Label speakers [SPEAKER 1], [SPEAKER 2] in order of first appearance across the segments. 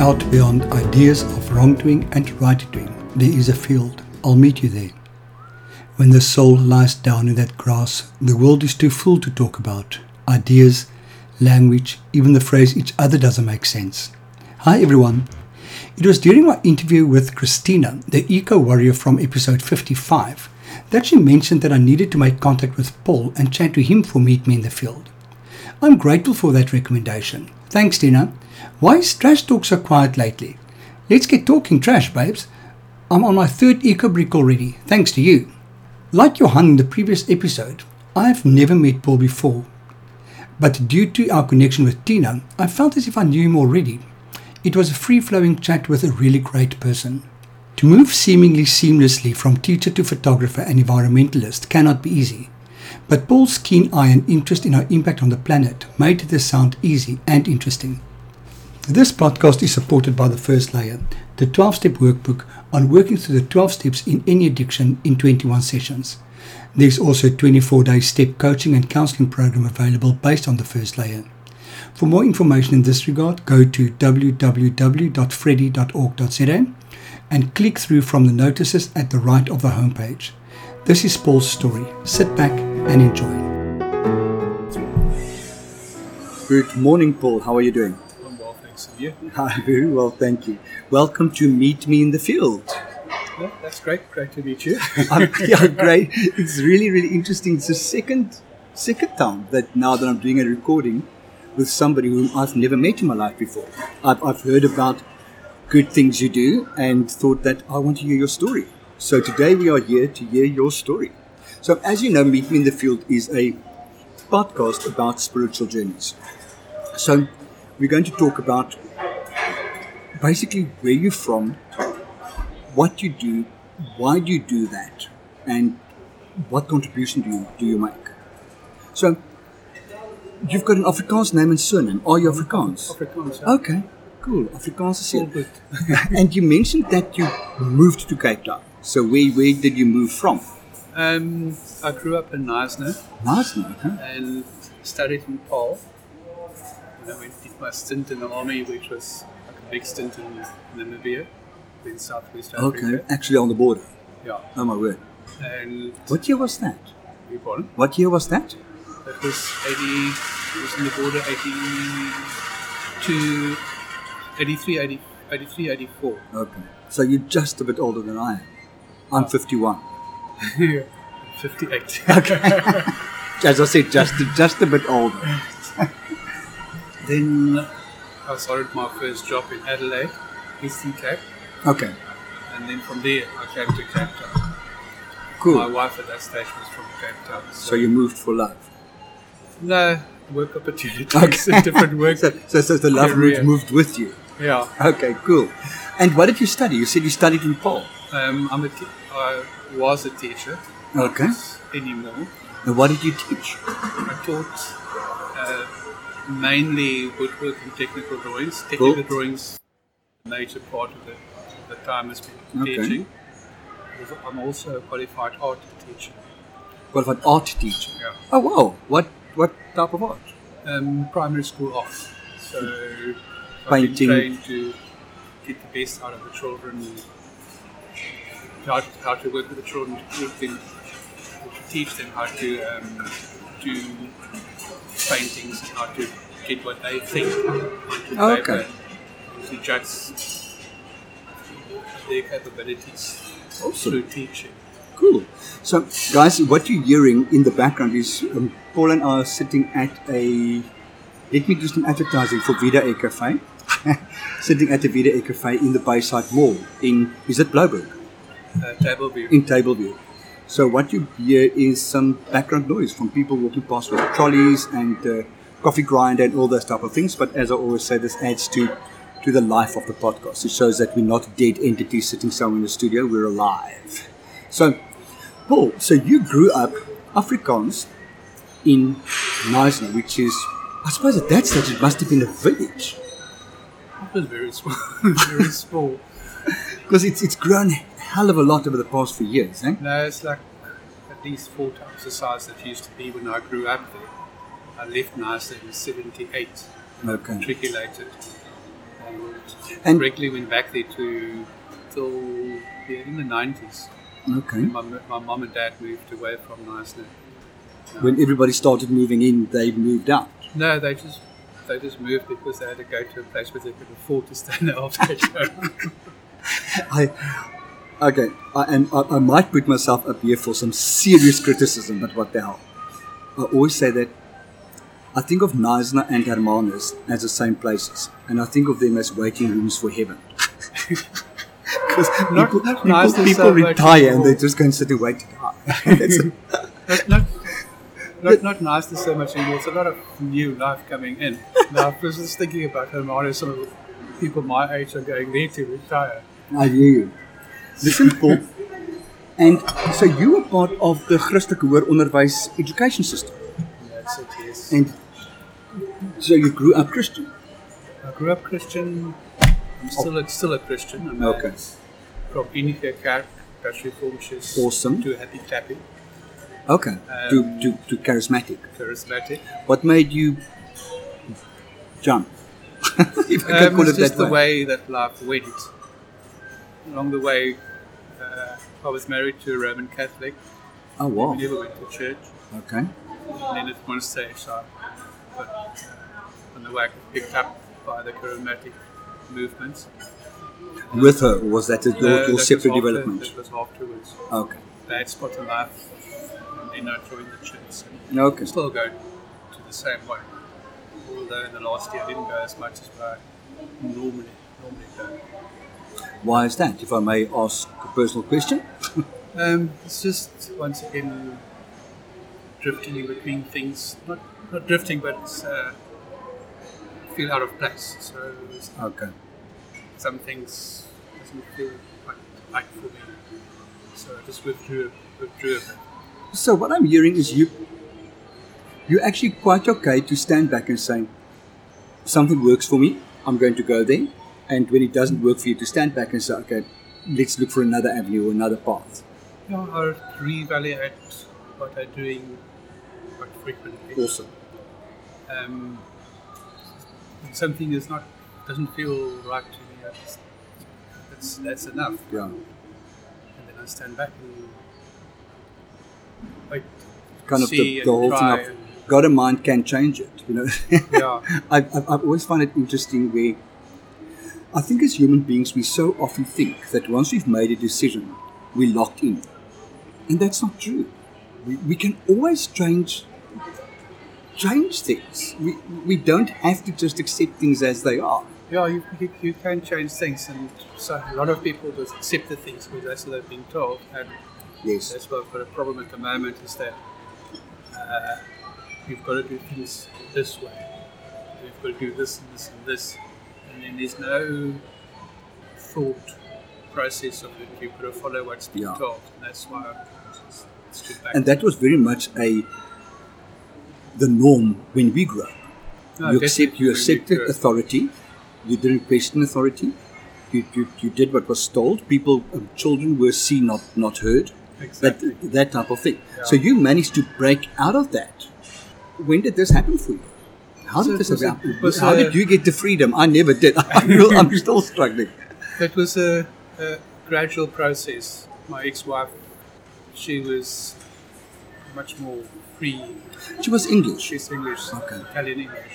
[SPEAKER 1] out beyond ideas of wrongdoing and right-doing. There is a field. I'll meet you there. When the soul lies down in that grass, the world is too full to talk about. Ideas, language, even the phrase each other doesn't make sense. Hi everyone. It was during my interview with Christina, the eco warrior from episode 55, that she mentioned that I needed to make contact with Paul and chat to him for Meet Me in the Field. I'm grateful for that recommendation. Thanks, Tina. Why is trash talk so quiet lately? Let's get talking trash, babes. I'm on my third eco brick already, thanks to you. Like Johan in the previous episode, I've never met Paul before. But due to our connection with Tina, I felt as if I knew him already it was a free flowing chat with a really great person. To move seemingly seamlessly from teacher to photographer and environmentalist cannot be easy, but Paul's keen eye and interest in our impact on the planet made this sound easy and interesting. This podcast is supported by the first layer, the 12 step workbook on working through the 12 steps in any addiction in 21 sessions. There's also a 24 day step coaching and counseling program available based on the first layer. For more information in this regard, go to www.freddy.org.za and click through from the notices at the right of the homepage. This is Paul's story. Sit back and enjoy. Good morning, Paul. How are you doing?
[SPEAKER 2] I'm well, thanks. And you?
[SPEAKER 1] Hi, very well, thank you. Welcome to Meet Me in the Field.
[SPEAKER 2] Yeah, that's great. Great to meet you.
[SPEAKER 1] I'm, yeah, great. It's really, really interesting. It's the second, second time that now that I'm doing a recording, with somebody whom I've never met in my life before. I've, I've heard about good things you do and thought that I want to hear your story. So today we are here to hear your story. So, as you know, Meet Me in the Field is a podcast about spiritual journeys. So, we're going to talk about basically where you're from, what you do, why do you do that, and what contribution do you, do you make. So, You've got an Afrikaans name and surname. Are you Afrikaans?
[SPEAKER 2] Afrikaans. yeah.
[SPEAKER 1] Okay, cool. Afrikaans is
[SPEAKER 2] All
[SPEAKER 1] here.
[SPEAKER 2] good.
[SPEAKER 1] and you mentioned that you moved to Cape Town. So where, where did you move from?
[SPEAKER 2] Um, I grew up in Neisner
[SPEAKER 1] Nice, no, huh?
[SPEAKER 2] and studied in Paul. And I went did my stint in the army, which was like a big stint in Namibia, in Southwest Africa.
[SPEAKER 1] Okay, actually on the border.
[SPEAKER 2] Yeah.
[SPEAKER 1] Oh my word.
[SPEAKER 2] And
[SPEAKER 1] What year was that?
[SPEAKER 2] we bought it.
[SPEAKER 1] What year was that?
[SPEAKER 2] That was 80, it was in the border 82, 83, 80, 83, 84.
[SPEAKER 1] Okay. So you're just a bit older than I am. I'm 51.
[SPEAKER 2] 58.
[SPEAKER 1] As I said, just just a bit older.
[SPEAKER 2] Then I started my first job in Adelaide, Eastern Cape,
[SPEAKER 1] Okay.
[SPEAKER 2] and then from there I came to Cape Town. My
[SPEAKER 1] Cool.
[SPEAKER 2] wife at that stage was from Cape Town.
[SPEAKER 1] So you moved for love.
[SPEAKER 2] No, work opportunities,
[SPEAKER 1] Okay.
[SPEAKER 2] different work.
[SPEAKER 1] So, so, so the love
[SPEAKER 2] Career.
[SPEAKER 1] moved, moved with you.
[SPEAKER 2] yeah,
[SPEAKER 1] Okay, cool. And what did you study? You said you studied in Paul.
[SPEAKER 2] um, I'm a te- I was a teacher. not
[SPEAKER 1] Okay.
[SPEAKER 2] Anymore.
[SPEAKER 1] And what did you teach?
[SPEAKER 2] I taught uh, mainly woodworking technical drawings. Technical
[SPEAKER 1] Cool.
[SPEAKER 2] drawings, major part of the, the time has been
[SPEAKER 1] Okay.
[SPEAKER 2] teaching. I'm also a qualified art teacher.
[SPEAKER 1] What about art teacher?
[SPEAKER 2] Yeah.
[SPEAKER 1] Oh wow! What what type of art?
[SPEAKER 2] um, primary school off. So I've
[SPEAKER 1] Painting.
[SPEAKER 2] been trained to get the best out of the children, and how, how to work with the children, to teach them, to teach them how to um, do paintings and how to get what they think onto
[SPEAKER 1] Okay.
[SPEAKER 2] paper, and to judge their capabilities
[SPEAKER 1] Awesome.
[SPEAKER 2] through teaching.
[SPEAKER 1] Cool. So, guys, what you're hearing in the background is um, Paul and I are sitting at a. Let me do some advertising for Vida Air Cafe. sitting at the Vida Air Cafe in the Bayside Mall in is it Bloberg
[SPEAKER 2] Uh, table view.
[SPEAKER 1] in Tableview. So what you hear is some background noise from people walking past with trolleys and uh, coffee grinder and all those type of things. But as I always say, this adds to to the life of the podcast. It shows that we're not dead entities sitting somewhere in the studio. We're alive. So, Paul, so you grew up Afrikaans in Neisner, which is, I suppose at that stage it must have been a village
[SPEAKER 2] It was very small. very small.
[SPEAKER 1] because it's it's grown a hell of a lot over the past few years, eh?
[SPEAKER 2] No, it's like at least four times the size that it used to be when I grew up there. I left Nice in 78,
[SPEAKER 1] Okay.
[SPEAKER 2] matriculated, and
[SPEAKER 1] And
[SPEAKER 2] regularly went back there to till yeah, in the nineties.
[SPEAKER 1] okay,
[SPEAKER 2] My my mum and dad moved away from Iceland.
[SPEAKER 1] when everybody started moving in, they moved out.
[SPEAKER 2] No, they just they just moved because they had to go to a place where they could afford to stay now after show.
[SPEAKER 1] I okay, I, and I, I might put myself up here for some serious criticism, but what the hell? I always say that I think of Nisna and Hermanus as the same places, and I think of them as waiting rooms for heaven. Because
[SPEAKER 2] Not-
[SPEAKER 1] people,
[SPEAKER 2] not
[SPEAKER 1] people-
[SPEAKER 2] Nisna
[SPEAKER 1] people
[SPEAKER 2] so much
[SPEAKER 1] retire and
[SPEAKER 2] anymore.
[SPEAKER 1] they just go and sit and wait to die. That's-
[SPEAKER 2] not, not, not, not nice to so much anymore. It's a lot of new life coming in. Now, I was just thinking about Hermanus, some of the people my age are going there to retire.
[SPEAKER 1] I hear you. Listen, Paul. And so you were part of the Christelike Hoër Onderwys education system,
[SPEAKER 2] That's it, yes.
[SPEAKER 1] and so you grew up Christian.
[SPEAKER 2] I grew up Christian. I'm still a, still a Christian. I'm a-
[SPEAKER 1] Okay.
[SPEAKER 2] from Unica Kerk, Dutch Reformed Church.
[SPEAKER 1] Awesome.
[SPEAKER 2] To Happy Clappy,
[SPEAKER 1] Okay. to, to, to charismatic.
[SPEAKER 2] charismatic.
[SPEAKER 1] What made you jump? if I can
[SPEAKER 2] Um,
[SPEAKER 1] call
[SPEAKER 2] it's
[SPEAKER 1] it
[SPEAKER 2] just
[SPEAKER 1] that
[SPEAKER 2] the
[SPEAKER 1] way.
[SPEAKER 2] way that life went. Along the way, uh, I was married to a Roman Catholic.
[SPEAKER 1] Oh wow.
[SPEAKER 2] We never went to church.
[SPEAKER 1] Okay.
[SPEAKER 2] And then at one stage, I got uh, on the way I got picked up by the charismatic movements.
[SPEAKER 1] With her, or was that a, your,
[SPEAKER 2] Uh, that
[SPEAKER 1] your
[SPEAKER 2] was
[SPEAKER 1] separate
[SPEAKER 2] after-
[SPEAKER 1] development?
[SPEAKER 2] That was afterwards.
[SPEAKER 1] Okay.
[SPEAKER 2] They had spot in life, and then I joined the church. And
[SPEAKER 1] Okay.
[SPEAKER 2] still go to the same way. Although in the last year I didn't go as much as I normally normally go.
[SPEAKER 1] Why is that? If I may ask a personal question.
[SPEAKER 2] Um, it's just once again drifting in between things. Not not drifting, but it's, uh, feel out of place. So it's-
[SPEAKER 1] Okay.
[SPEAKER 2] some things doesn't feel quite right for me. So I just withdrew withdrew a bit.
[SPEAKER 1] So what I'm hearing is you. You're actually quite okay to stand back and say, something works for me. I'm going to go there, and when it doesn't work for you, to stand back and say, okay, let's look for another avenue or another path.
[SPEAKER 2] You know, I reevaluate what I'm doing quite frequently.
[SPEAKER 1] Awesome.
[SPEAKER 2] um, when something is not doesn't feel right to me. I just, that's that's enough,
[SPEAKER 1] Yeah.
[SPEAKER 2] and then I stand back and wait.
[SPEAKER 1] kind of
[SPEAKER 2] See
[SPEAKER 1] the, the
[SPEAKER 2] and
[SPEAKER 1] whole thing
[SPEAKER 2] try
[SPEAKER 1] of
[SPEAKER 2] and-
[SPEAKER 1] God and mind can change it. You know,
[SPEAKER 2] Yeah,
[SPEAKER 1] I, I, I always find it interesting where I think as human beings we so often think that once we've made a decision, we're locked in, and that's not true. We, we can always change change things. We we don't have to just accept things as they are.
[SPEAKER 2] yeah, you, you, you can change things, and so a lot of people just accept the things because that's what they've been told, and
[SPEAKER 1] Yes.
[SPEAKER 2] that's why I've got a problem at the moment is that uh, you've got to do things this way, you've got to do this and this and this, and then there's no thought process of it. You've got to follow what's been
[SPEAKER 1] Yeah.
[SPEAKER 2] told, and that's why I s- stood back.
[SPEAKER 1] And that was very much a the norm when we grew up.
[SPEAKER 2] No,
[SPEAKER 1] you accept,
[SPEAKER 2] definitely
[SPEAKER 1] you
[SPEAKER 2] we
[SPEAKER 1] accepted
[SPEAKER 2] could.
[SPEAKER 1] authority. You didn't question authority. You, you, you did what was told. People, um, children were seen, not not heard.
[SPEAKER 2] Exactly.
[SPEAKER 1] That that type of thing.
[SPEAKER 2] Yeah.
[SPEAKER 1] So you managed to break out of that. When did this happen for you? How
[SPEAKER 2] So
[SPEAKER 1] did
[SPEAKER 2] it
[SPEAKER 1] this
[SPEAKER 2] was a-
[SPEAKER 1] happen?
[SPEAKER 2] it was
[SPEAKER 1] How
[SPEAKER 2] a-
[SPEAKER 1] did you get the freedom? I never did. I'm, real, I'm still struggling.
[SPEAKER 2] That was a, a gradual process. My ex-wife, she was much more free
[SPEAKER 1] She was English.
[SPEAKER 2] She's English,
[SPEAKER 1] Okay.
[SPEAKER 2] Italian English,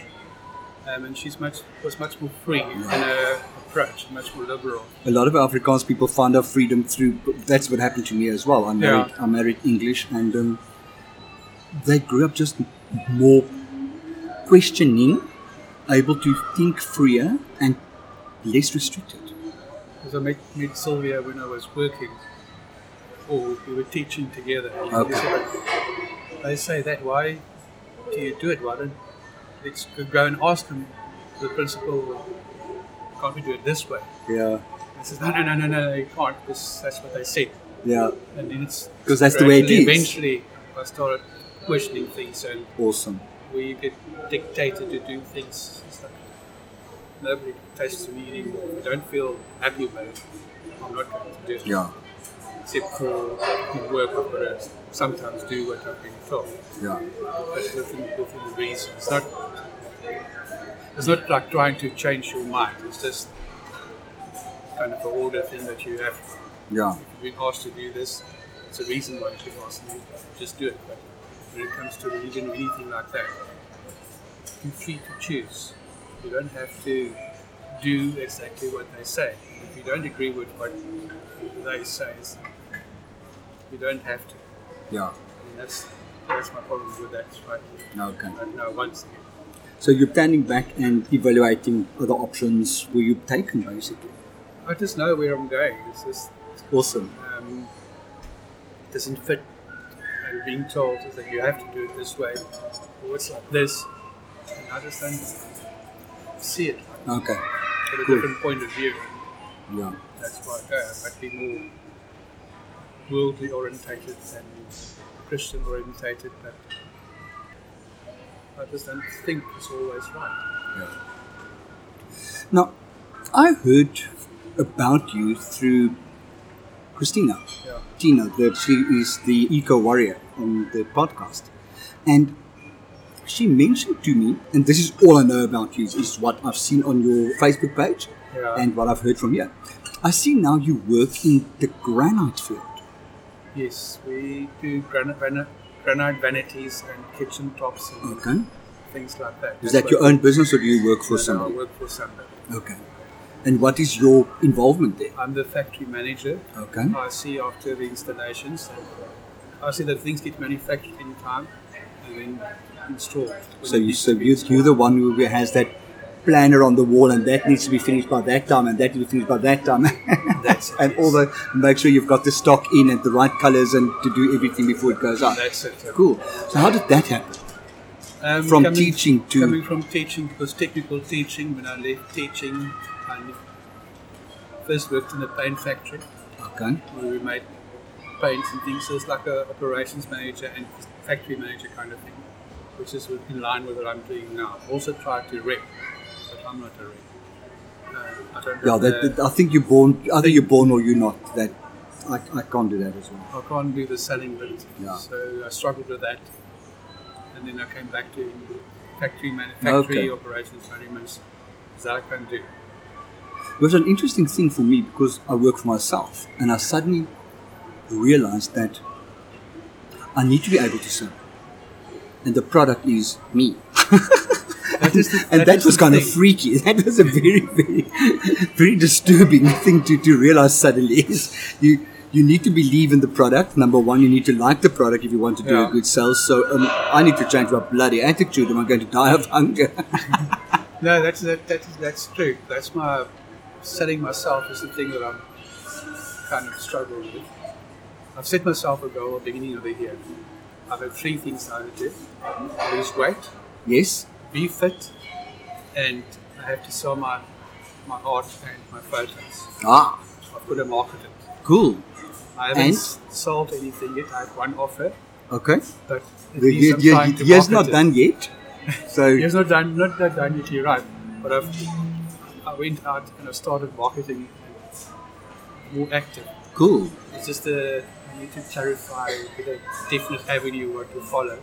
[SPEAKER 2] um, and she's much was much more free in her approach, much more liberal.
[SPEAKER 1] A lot of Afrikaans people found our freedom through. That's what happened to me as well. I married, I married English, and um, they grew up just more questioning, able to think freer and less restricted.
[SPEAKER 2] Because I met, met Sylvia when I was working, or we were teaching together. and
[SPEAKER 1] Okay.
[SPEAKER 2] she said, They say that. Why do you do it? Why don't let's go and ask them the principal? Can't we do it this way?
[SPEAKER 1] Yeah,
[SPEAKER 2] I says, no, no, no, no, no, you can't. Because that's what they said.
[SPEAKER 1] yeah,
[SPEAKER 2] And then it's
[SPEAKER 1] 'Cause that's the way it
[SPEAKER 2] gradually,
[SPEAKER 1] is.
[SPEAKER 2] Eventually, I started questioning things and.
[SPEAKER 1] awesome.
[SPEAKER 2] where you get dictated to do things. It's like nobody dictates to me anymore. I don't feel happy about it. I'm not going to do it.
[SPEAKER 1] Yeah,
[SPEAKER 2] Except for in work, I've got to sometimes do what I've been told,
[SPEAKER 1] yeah.
[SPEAKER 2] but within, within reason. It's not It's not like trying to change your mind. It's just kind of a order thing that you have.
[SPEAKER 1] Yeah.
[SPEAKER 2] If you've been asked to do this, it's a reason why you've been asked to do it. Just do it. But when it comes to religion or anything like that, you're free to choose. You don't have to do exactly what they say. If you don't agree with what they say, it's- you don't have to.
[SPEAKER 1] Yeah.
[SPEAKER 2] And that's that's my problem with that right,
[SPEAKER 1] Okay.
[SPEAKER 2] right now. Once again,
[SPEAKER 1] So you're planning back and evaluating other options where you've taken, basically.
[SPEAKER 2] I just know where I'm going. It's just
[SPEAKER 1] Awesome.
[SPEAKER 2] um, it doesn't fit. And being told is that you have to do it this way, or it's like this, and I just don't see it
[SPEAKER 1] Okay.
[SPEAKER 2] from a
[SPEAKER 1] Cool.
[SPEAKER 2] different point of view.
[SPEAKER 1] Yeah.
[SPEAKER 2] That's why I go. I might be more worldly orientated than Christian orientated, but I just don't think it's always right.
[SPEAKER 1] Now, I heard about you through Christina.
[SPEAKER 2] Yeah.
[SPEAKER 1] Tina, that she is the eco warrior on the podcast. And she mentioned to me, and this is all I know about you, is what I've seen on your Facebook page
[SPEAKER 2] Yeah.
[SPEAKER 1] and what I've heard from you. I see now you work in the granite field.
[SPEAKER 2] Yes, we do granite, van- granite vanities and kitchen tops and
[SPEAKER 1] Okay.
[SPEAKER 2] things like that.
[SPEAKER 1] Mm. Is
[SPEAKER 2] That's
[SPEAKER 1] that your
[SPEAKER 2] what-
[SPEAKER 1] own business or do you work for
[SPEAKER 2] No, no, I
[SPEAKER 1] somebody?
[SPEAKER 2] work for somebody.
[SPEAKER 1] Okay. And what is your involvement there?
[SPEAKER 2] I'm the factory manager.
[SPEAKER 1] Okay.
[SPEAKER 2] I see after the installations. And I see that things get manufactured in time and then installed. when
[SPEAKER 1] So
[SPEAKER 2] it
[SPEAKER 1] you
[SPEAKER 2] needs
[SPEAKER 1] so
[SPEAKER 2] to be
[SPEAKER 1] you
[SPEAKER 2] installed.
[SPEAKER 1] you're the one who has that planner on the wall and that needs to be finished by that time and that will be finished by that time.
[SPEAKER 2] That's it,
[SPEAKER 1] and
[SPEAKER 2] yes.
[SPEAKER 1] all the make sure you've got the stock in and the right colours and to do everything before it goes out.
[SPEAKER 2] That's it. yeah.
[SPEAKER 1] Cool. So how did that happen?
[SPEAKER 2] Um,
[SPEAKER 1] From teaching to-
[SPEAKER 2] coming from teaching because technical teaching. When I left teaching, I first worked in a paint factory
[SPEAKER 1] Okay.
[SPEAKER 2] where we made paints and things. So it's like a operations manager and factory manager kind of thing, which is with- in line with what I'm doing now. I've also tried to rep, but I'm not a rep. Uh, I don't
[SPEAKER 1] Yeah,
[SPEAKER 2] have
[SPEAKER 1] that,
[SPEAKER 2] the-
[SPEAKER 1] that- I think you're born either you're born or you're not. That I, I can't do that as well.
[SPEAKER 2] I can't do the selling bit.
[SPEAKER 1] Yeah.
[SPEAKER 2] So I struggled with that. And then I came back to factory manufacturing
[SPEAKER 1] Okay.
[SPEAKER 2] operations management. That I can do.
[SPEAKER 1] It was an interesting thing for me because I work for myself and I suddenly realized that I need to be able to sell. And the product is me.
[SPEAKER 2] That is the-
[SPEAKER 1] and that,
[SPEAKER 2] is
[SPEAKER 1] was
[SPEAKER 2] the
[SPEAKER 1] kind of
[SPEAKER 2] thing.
[SPEAKER 1] freaky. That was a very, very, very disturbing thing to, to realize suddenly is you, you need to believe in the product. Number one, you need to like the product if you want to do a
[SPEAKER 2] Yeah.
[SPEAKER 1] good sale. So um, I need to change my bloody attitude. Am I going to die of hunger?
[SPEAKER 2] No, that's that, that is, that's true. That's my selling myself is the thing that I'm kind of struggling with. I've set myself a goal at the beginning of the year. I've had three things I need to do. lose weight,
[SPEAKER 1] yes?
[SPEAKER 2] be fit, and I have to sell my my art and my photos.
[SPEAKER 1] Ah,
[SPEAKER 2] I've got to market it.
[SPEAKER 1] cool.
[SPEAKER 2] I haven't
[SPEAKER 1] And?
[SPEAKER 2] s- sold anything yet. I have one offer,
[SPEAKER 1] Okay.
[SPEAKER 2] but it
[SPEAKER 1] The,
[SPEAKER 2] needs
[SPEAKER 1] year,
[SPEAKER 2] some
[SPEAKER 1] year-
[SPEAKER 2] time to
[SPEAKER 1] year's
[SPEAKER 2] market
[SPEAKER 1] not
[SPEAKER 2] it.
[SPEAKER 1] done yet. So,
[SPEAKER 2] Year's not done. Not that done yet. You're right. But I've, I went out and I started marketing and more active.
[SPEAKER 1] cool.
[SPEAKER 2] It's just uh, I need to clarify with a definite avenue what to follow.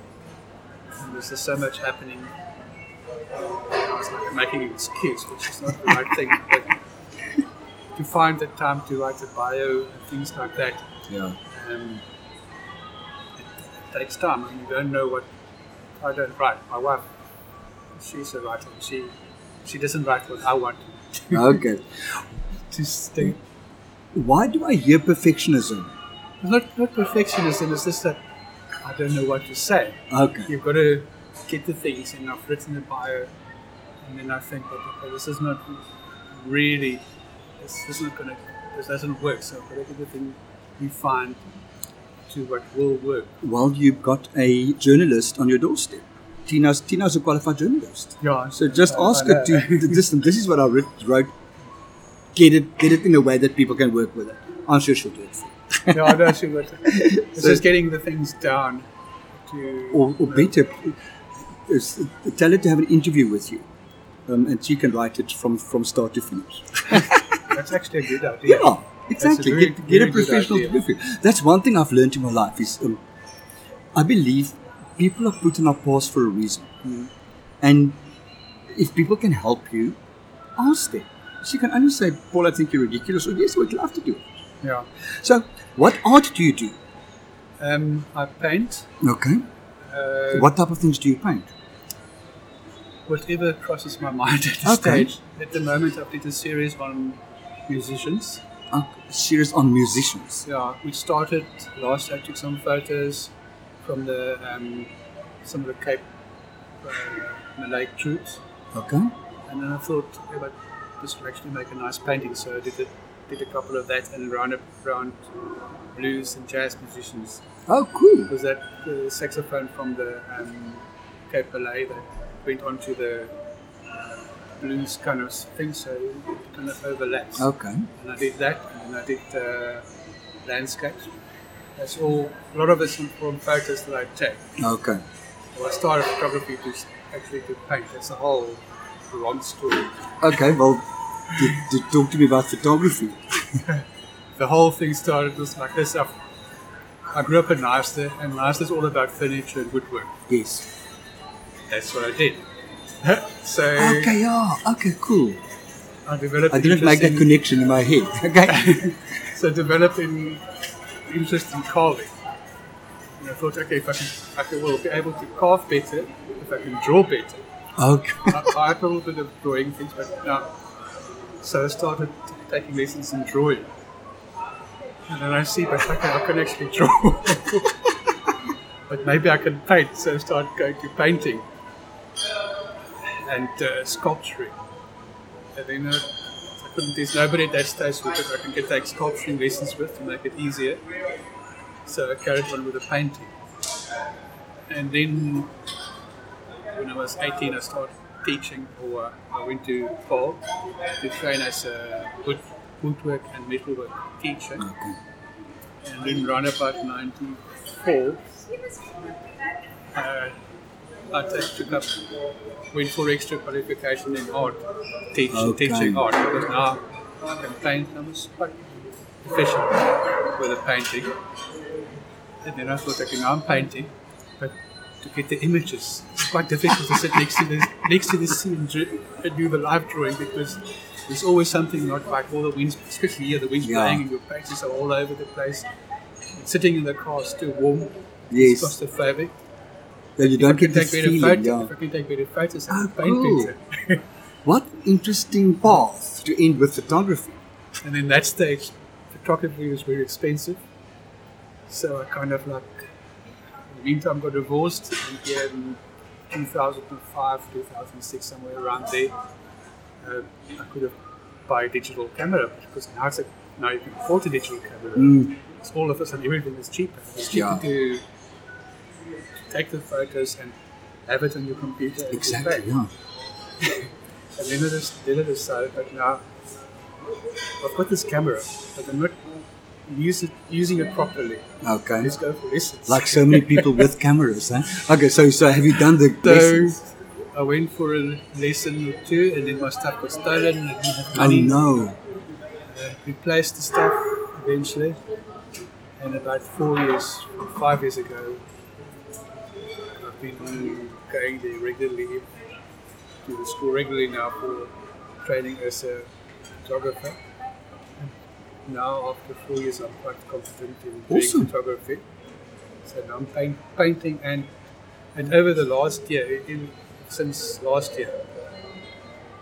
[SPEAKER 2] And there's just so much happening. I was like making an excuse, which is not the right thing. But to find the time to write a bio and things like that.
[SPEAKER 1] Yeah.
[SPEAKER 2] um, it takes time. and you don't know what I don't write. My wife, she's a writer. She she doesn't write what I want
[SPEAKER 1] Okay.
[SPEAKER 2] to stay.
[SPEAKER 1] Why do I hear perfectionism?
[SPEAKER 2] It's not not perfectionism. It's just that I don't know what to say.
[SPEAKER 1] Okay.
[SPEAKER 2] You've got to get the things, and I've written a bio, and then I think, okay, this is not really. This, this is not gonna. This doesn't work. So I've got to get the thing refined to what will work.
[SPEAKER 1] Well, you've got a journalist on your doorstep. Tina's, Tina's a qualified journalist.
[SPEAKER 2] Yeah.
[SPEAKER 1] So just
[SPEAKER 2] Oh, I- I
[SPEAKER 1] ask her
[SPEAKER 2] know.
[SPEAKER 1] to listen. This is what I writ, wrote. Get it, get it in a way that people can work with it. I'm sure she'll do it. For you.
[SPEAKER 2] no, I don't see what. It's
[SPEAKER 1] So-
[SPEAKER 2] just getting the things down to.
[SPEAKER 1] Or, or
[SPEAKER 2] No.
[SPEAKER 1] better, is- tell her to have an interview with you, um, and she can write it from from start to finish.
[SPEAKER 2] That's actually a good idea.
[SPEAKER 1] Yeah, exactly.
[SPEAKER 2] very-
[SPEAKER 1] get, get
[SPEAKER 2] very
[SPEAKER 1] a
[SPEAKER 2] good
[SPEAKER 1] professional to
[SPEAKER 2] idea.
[SPEAKER 1] do it. That's one thing I've learned in my life is um,
[SPEAKER 2] Mm.
[SPEAKER 1] I believe people are put in our paths for a reason, and if people can help you, ask them. She can only say, Paul, I think you're ridiculous, or yes, I would love to do it.
[SPEAKER 2] Yeah.
[SPEAKER 1] So, what art do you do?
[SPEAKER 2] Um, I paint.
[SPEAKER 1] Okay.
[SPEAKER 2] Uh,
[SPEAKER 1] What type of things do you paint?
[SPEAKER 2] whatever crosses my mind at the
[SPEAKER 1] Okay.
[SPEAKER 2] stage. At the moment, I did a series on musicians.
[SPEAKER 1] A series on musicians.
[SPEAKER 2] Yeah, we started last. I took some photos from the um, some of the Cape uh, Malay troops,
[SPEAKER 1] Okay.
[SPEAKER 2] and then I thought, hey, but this will actually make a nice painting. So I did a, did a couple of that and round up around blues and jazz musicians.
[SPEAKER 1] Oh, cool.
[SPEAKER 2] Was that the saxophone from the um, Cape Malay that went on to the uh, blues kind of thing? So it kind of overlaps
[SPEAKER 1] Okay.
[SPEAKER 2] and I did that, and then I did uh, landscapes. That's all. A lot of it's from- from photos that I take.
[SPEAKER 1] Okay.
[SPEAKER 2] Well, I started photography to s- actually to paint. That's a whole long story.
[SPEAKER 1] Okay, well, d- d- talk to me about photography.
[SPEAKER 2] The whole thing started just like this. i I grew up in Leicester, and Leicester's all about furniture and woodwork.
[SPEAKER 1] Yes.
[SPEAKER 2] That's what I did. so
[SPEAKER 1] Okay, yeah. Okay, cool.
[SPEAKER 2] I developed.
[SPEAKER 1] I
[SPEAKER 2] an
[SPEAKER 1] didn't make that
[SPEAKER 2] interest in-
[SPEAKER 1] connection in my head. Okay.
[SPEAKER 2] So I developed an interest in carving. And I thought, okay, if I can, I can, will be able to carve better if I can draw better.
[SPEAKER 1] okay.
[SPEAKER 2] I, I had a little bit of drawing things, but no. So I started t- taking lessons in drawing. And then I see, but okay, I can actually draw. but maybe I can paint, so I started going to painting and uh, sculpturing. And then uh, I couldn't, there's nobody at that stage with it. I can get, take sculpturing lessons with to make it easier. So I carried on with the painting. And then when I was 18, I started teaching, or uh, I went to Paul to train as a wood, woodwork and metalwork teacher.
[SPEAKER 1] Okay.
[SPEAKER 2] And then, round about 94, uh, I just took up, went for extra qualification in art, teach,
[SPEAKER 1] Okay.
[SPEAKER 2] teaching art, because now I can paint, I'm quite proficient with a painting. And then I thought, okay, now I'm painting, eh? but to get the images, it's quite difficult to sit next to the, next to the sea and, dr- and do the live drawing because there's always something not right. All the winds, especially here, the winds
[SPEAKER 1] Yeah.
[SPEAKER 2] blowing and your faces are all over the place. And sitting in the car is still warm.
[SPEAKER 1] Yes.
[SPEAKER 2] It's claustrophobic.
[SPEAKER 1] Then you
[SPEAKER 2] If I
[SPEAKER 1] don't
[SPEAKER 2] can
[SPEAKER 1] get the
[SPEAKER 2] take better
[SPEAKER 1] feeling,
[SPEAKER 2] photos.
[SPEAKER 1] yeah.
[SPEAKER 2] If I can take better photos, I
[SPEAKER 1] Ah,
[SPEAKER 2] can paint
[SPEAKER 1] cool.
[SPEAKER 2] better.
[SPEAKER 1] What interesting path to end with photography.
[SPEAKER 2] and then that stage, photography was very expensive. So I kind of like, in the meantime, got divorced and here in 2005, 2006, somewhere around there. Uh, I could have buy a digital camera because now, it's a, now you can afford a digital camera.
[SPEAKER 1] Mm.
[SPEAKER 2] It's all of a sudden everything is cheaper. It's cheaper
[SPEAKER 1] Yeah.
[SPEAKER 2] to, to take the photos and have it on your computer. and
[SPEAKER 1] Exactly,
[SPEAKER 2] back.
[SPEAKER 1] yeah.
[SPEAKER 2] And then I just then I decided that now I've got this camera, but I'm not use it, using it properly.
[SPEAKER 1] Okay.
[SPEAKER 2] Let's go for lessons.
[SPEAKER 1] Like so many people with cameras, huh? Okay, so so have you done the
[SPEAKER 2] so,
[SPEAKER 1] lessons?
[SPEAKER 2] I went for a lesson or two, and then my stuff got stolen. And I didn't have
[SPEAKER 1] Oh
[SPEAKER 2] money.
[SPEAKER 1] no.
[SPEAKER 2] Uh, replaced the stuff eventually, and about four years, five years ago, I've been going there regularly to the school regularly now for training as a photographer. And now, after four years, I'm quite confident in doing
[SPEAKER 1] Awesome.
[SPEAKER 2] photography. So now I'm paint, painting, and and over the last year, in, since last year,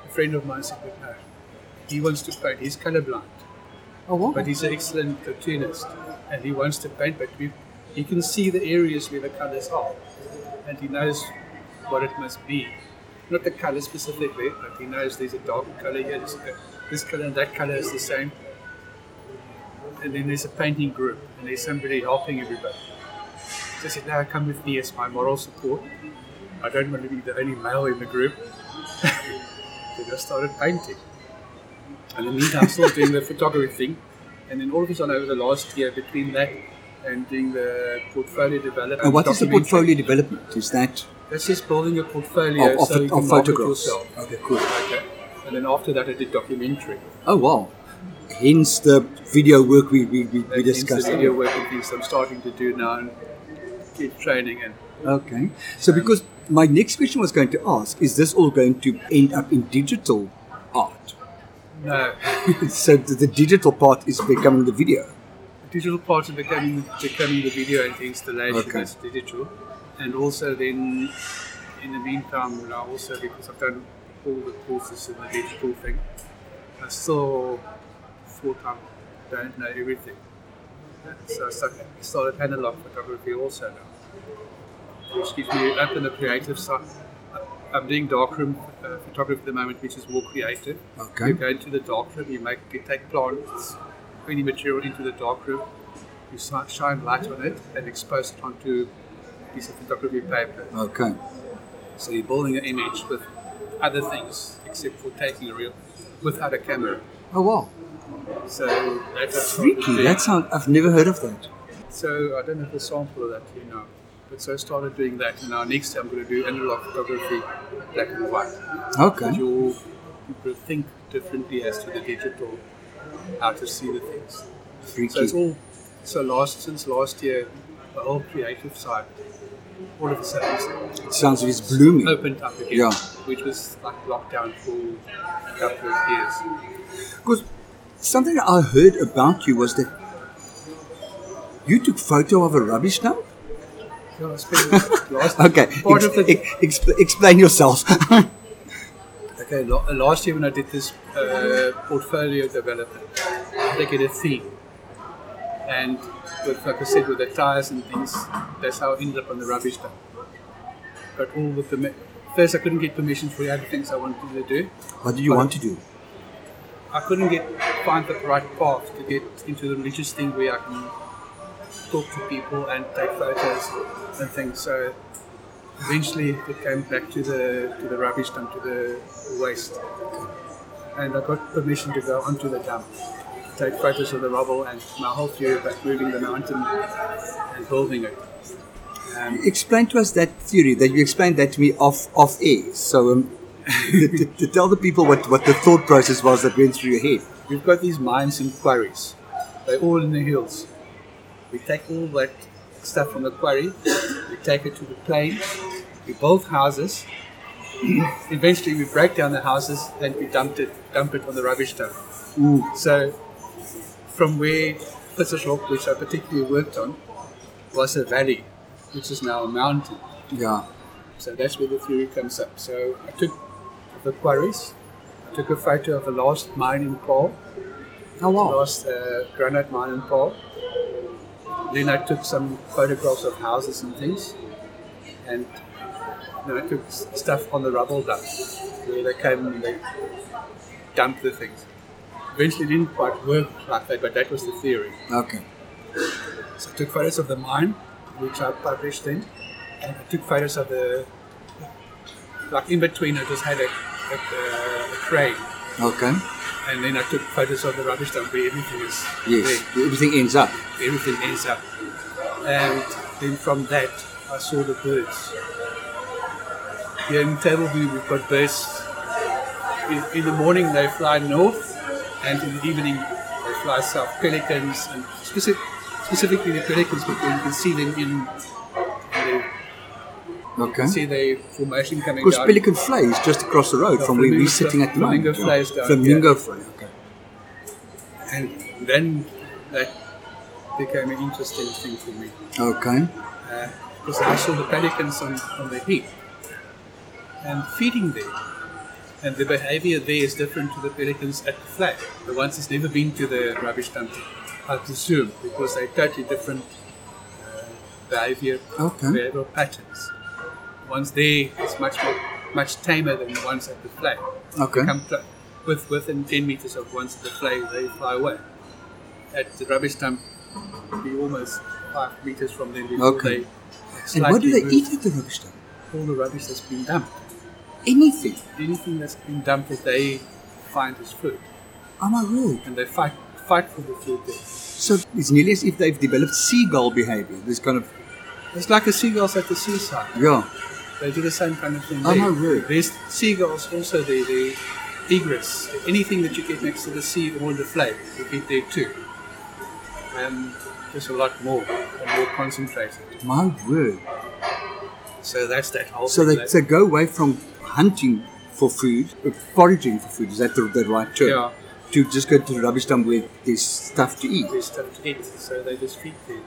[SPEAKER 2] a friend of mine said, "Look, no, he wants to paint. He's colorblind,
[SPEAKER 1] Oh wow.
[SPEAKER 2] but he's an excellent cartoonist, and he wants to paint. But we, he can see the areas where the colors are, and he knows what it must be. Not the color specifically, but he knows there's a dark color here. There's a, this color and that color is the same. And then there's a painting group, and there's somebody helping everybody. So I said, "Now come with me as my moral support. I don't want to be the only male in the group." then I started painting. And in the meantime, I'm still doing the photography thing. And then all of a sudden, over the last year, between that and doing the portfolio development.
[SPEAKER 1] And uh, what is the
[SPEAKER 2] documentary-
[SPEAKER 1] portfolio development? Is that
[SPEAKER 2] That's just building a portfolio
[SPEAKER 1] of, of,
[SPEAKER 2] so you
[SPEAKER 1] of
[SPEAKER 2] can market
[SPEAKER 1] photographs?
[SPEAKER 2] yourself.
[SPEAKER 1] Okay, cool.
[SPEAKER 2] Okay. And then after that, I did documentary.
[SPEAKER 1] Oh wow. Hence the video work we, we, we, we
[SPEAKER 2] That's
[SPEAKER 1] discussed.
[SPEAKER 2] the video work and things I'm starting to do now. And in training and
[SPEAKER 1] Okay. So, because my next question was going to ask, is this all going to end up in digital art?
[SPEAKER 2] no,
[SPEAKER 1] so, the, the digital part is becoming the video.
[SPEAKER 2] digital part of becoming becoming the video and the installation
[SPEAKER 1] Okay.
[SPEAKER 2] that's digital, and also then in the meantime, now also because I've done all the courses in the digital thing, I still full time don't know everything. So I started, started analog photography also now, which gives me up in the creative side. I'm doing darkroom uh, photography at the moment, which is more creative.
[SPEAKER 1] Okay.
[SPEAKER 2] You go into the darkroom, you make you take plants, any material into the darkroom, you si- shine light on it and expose it onto a piece of photography paper.
[SPEAKER 1] Okay.
[SPEAKER 2] So you're building an image with other things except for taking a real without a camera.
[SPEAKER 1] Oh, wow.
[SPEAKER 2] So that's
[SPEAKER 1] Freaky. That sound, I've never heard of that.
[SPEAKER 2] So I don't have a sample of that here now. But so I started doing that and now next time I'm gonna do analog photography black and white. Because
[SPEAKER 1] Okay.
[SPEAKER 2] you'll people think differently as to the digital how to see the things. So it's
[SPEAKER 1] Freaky.
[SPEAKER 2] all so last since last year the whole creative side all of a sudden it's
[SPEAKER 1] It sounds it's blooming.
[SPEAKER 2] opened up again.
[SPEAKER 1] Yeah.
[SPEAKER 2] Which was like lockdown for a couple of years.
[SPEAKER 1] Because something I heard about you was that you took photo of a rubbish dump.
[SPEAKER 2] Yeah, I spent last
[SPEAKER 1] Okay,
[SPEAKER 2] part
[SPEAKER 1] ex-
[SPEAKER 2] of the
[SPEAKER 1] ex- expl- explain yourself.
[SPEAKER 2] Okay, lo- uh, last year when I did this uh, portfolio development, I did a theme. And with, like I said, with the tires and things, that's how I ended up on the rubbish dump. But all with the. ma- First, I couldn't get permission for the other things I wanted to do.
[SPEAKER 1] what do you want to do?
[SPEAKER 2] I couldn't get find the right path to get into the religious thing where I can talk to people and take photos and things. So eventually it came back to the to the rubbish dump, to the waste, and I got permission to go onto the dump, to take photos of the rubble and my whole theory about moving the mountain and building it. Um,
[SPEAKER 1] Explain to us that theory that you explained that to me off off air. So um, to, to- to tell the people what, what the thought process was that went through your head.
[SPEAKER 2] We've got these mines and quarries. They're all in the hills. We take all that stuff from the quarry, we take it to the plain, we build houses. Eventually, we break down the houses and we dump it, dump it on the rubbish dump. So, from where Fitz's Rock, which I particularly worked on, was a valley, which is now a mountain.
[SPEAKER 1] Yeah.
[SPEAKER 2] So that's where the theory comes up. So I took the quarries, I took a photo of the last mine in Paul,
[SPEAKER 1] Oh wow.
[SPEAKER 2] last uh, granite mine in Paul. Then I took some photographs of houses and things, and then I took s- stuff on the rubble dump where they came and they dumped the things. Eventually, it didn't quite work like that, but that was the theory.
[SPEAKER 1] Okay.
[SPEAKER 2] So I took photos of the mine, which I published in, and I took photos of the like in between. I just had a, a, a crane,
[SPEAKER 1] Okay.
[SPEAKER 2] and then I took photos of the rubbish dump where everything is
[SPEAKER 1] Yes. Everything ends up.
[SPEAKER 2] there, everything ends up. And then from that, I saw the birds. Here in Tableview, we've got birds. In, in the morning, they fly north, and in the evening, they fly south. Pelicans, and specific, specifically the pelicans, because you can see them in. in the-
[SPEAKER 1] Okay.
[SPEAKER 2] See the formation coming
[SPEAKER 1] Because
[SPEAKER 2] down.
[SPEAKER 1] Pelican Fly is just across the road
[SPEAKER 2] Yeah,
[SPEAKER 1] from where we're
[SPEAKER 2] Flamingo
[SPEAKER 1] sitting at the
[SPEAKER 2] Flamingo
[SPEAKER 1] moment.
[SPEAKER 2] Fly is down
[SPEAKER 1] Flamingo
[SPEAKER 2] here.
[SPEAKER 1] Fly. Okay.
[SPEAKER 2] and then that became an interesting thing for me.
[SPEAKER 1] Okay.
[SPEAKER 2] uh, because I saw the pelicans on, on the heap and feeding there. And the behavior there is different to the pelicans at the flat. The ones that's never been to the rubbish dump, I presume, because they're totally different uh, behavior,
[SPEAKER 1] Okay.
[SPEAKER 2] behavioral patterns. The ones there is much more, much tamer than the ones at the flat.
[SPEAKER 1] Okay.
[SPEAKER 2] They come clo- with, within 10 meters of ones at the flat, they fly away. At the rubbish dump, we almost five meters from them before
[SPEAKER 1] Okay.
[SPEAKER 2] they
[SPEAKER 1] And what do
[SPEAKER 2] slightly
[SPEAKER 1] they
[SPEAKER 2] move
[SPEAKER 1] eat at the rubbish dump?
[SPEAKER 2] All the rubbish that's been dumped.
[SPEAKER 1] Anything.
[SPEAKER 2] Anything that's been dumped that they find as food.
[SPEAKER 1] Oh my word.
[SPEAKER 2] And they fight fight for the food there.
[SPEAKER 1] So it's nearly as if they've developed seagull behavior. This kind of
[SPEAKER 2] It's like the seagulls at the seaside.
[SPEAKER 1] yeah.
[SPEAKER 2] They do the same kind of thing.
[SPEAKER 1] Oh,
[SPEAKER 2] there.
[SPEAKER 1] my word.
[SPEAKER 2] There's seagulls also there, the egrets. Anything that you get next to the sea or the flag, you get there too. Um, practice a lot more and more concentrated.
[SPEAKER 1] My word.
[SPEAKER 2] So that's that whole
[SPEAKER 1] So
[SPEAKER 2] thing.
[SPEAKER 1] they,
[SPEAKER 2] that-
[SPEAKER 1] they go away from hunting for food, uh, foraging for food, is that the, the right term?
[SPEAKER 2] Yeah.
[SPEAKER 1] To just go to the rubbish dump where there's stuff to eat.
[SPEAKER 2] there's stuff to eat, so they just feed them.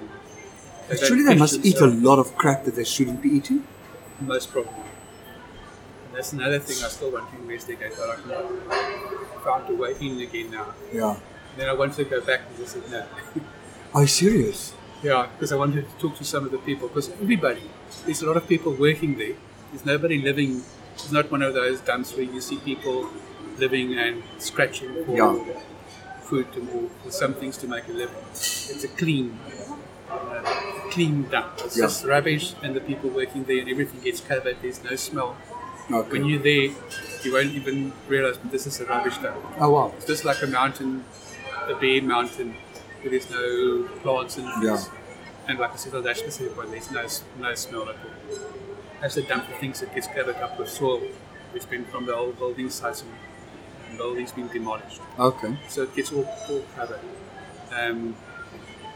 [SPEAKER 1] But surely they must eat a lot of crap that they shouldn't be eating.
[SPEAKER 2] uh, Most probably. And that's another thing I still want to investigate, but I can found a way in again now.
[SPEAKER 1] Yeah.
[SPEAKER 2] Then I want to go back and just say no.
[SPEAKER 1] Are you serious?
[SPEAKER 2] yeah, because I wanted to talk to some of the people, because everybody, there's a lot of people working there. There's nobody living, it's not one of those dumps where you see people living and scratching for
[SPEAKER 1] Yeah.
[SPEAKER 2] food and or, or some things to make a living. It's a clean, uh, clean dump. It's
[SPEAKER 1] Yeah.
[SPEAKER 2] just rubbish and the people working there and everything gets covered. There's no smell.
[SPEAKER 1] Okay.
[SPEAKER 2] When you're there, you won't even realize that this is a rubbish dump.
[SPEAKER 1] oh wow.
[SPEAKER 2] It's just like a mountain, a bare mountain, where there's no plants and things. And like I said, on that specific one, there's no, no smell at all. As the dump of things that gets covered up with soil, which been from the old building sites and, and buildings being demolished.
[SPEAKER 1] Okay.
[SPEAKER 2] So it gets all, all covered. Um,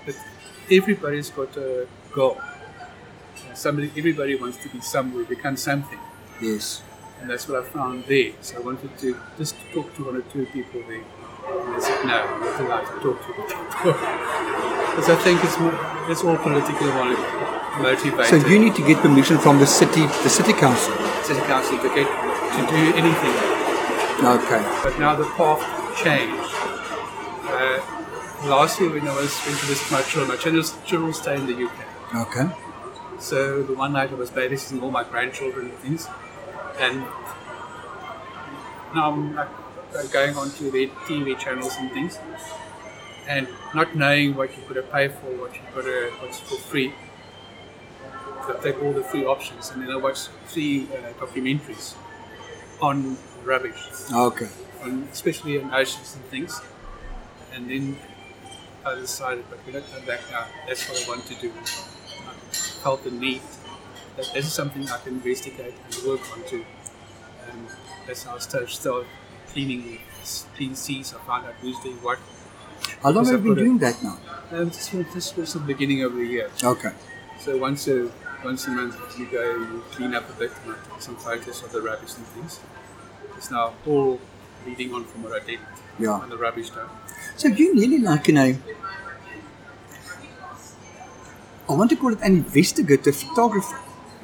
[SPEAKER 2] but everybody's got a goal. Somebody, everybody wants to be somewhere, become something
[SPEAKER 1] Yes.
[SPEAKER 2] and that's what I found there. So I wanted to just talk to one or two people there. And they said, no, I'm not allowed to talk to the people. Because I think it's, more, it's all political moni- motivated.
[SPEAKER 1] So you need to get permission from the city, the city council.
[SPEAKER 2] city council to, get, to do anything.
[SPEAKER 1] Okay.
[SPEAKER 2] But now the path changed. Uh, last year when I was went to visit my children, my children's- children stay in the UK.
[SPEAKER 1] Okay.
[SPEAKER 2] So the one night I was babysitting all my grandchildren and things, and now I'm like, like, going on to their TV channels and things, and not knowing what you've got to pay for, what you've got to, what's for free. So I take all the free options, and then I watch three uh, documentaries on rubbish,
[SPEAKER 1] Okay.
[SPEAKER 2] on, especially on oceans and things, and then I decided, but we don't come back now. That's what I want to do. I felt the need that this is something I can investigate and work on too. And that's how I started, started cleaning clean seas. I found out who's doing what.
[SPEAKER 1] How long
[SPEAKER 2] Yes,
[SPEAKER 1] have
[SPEAKER 2] I've
[SPEAKER 1] you
[SPEAKER 2] got
[SPEAKER 1] been
[SPEAKER 2] it.
[SPEAKER 1] doing that now?
[SPEAKER 2] And this was, this was the beginning of the year.
[SPEAKER 1] Okay.
[SPEAKER 2] So once a once a month you go you clean up a bit and I take some photos of the rubbish and things. It's now all leading on from what I did
[SPEAKER 1] Yeah.
[SPEAKER 2] on the rubbish dump.
[SPEAKER 1] So you really like uh, in a I want to call it an investigative photographer.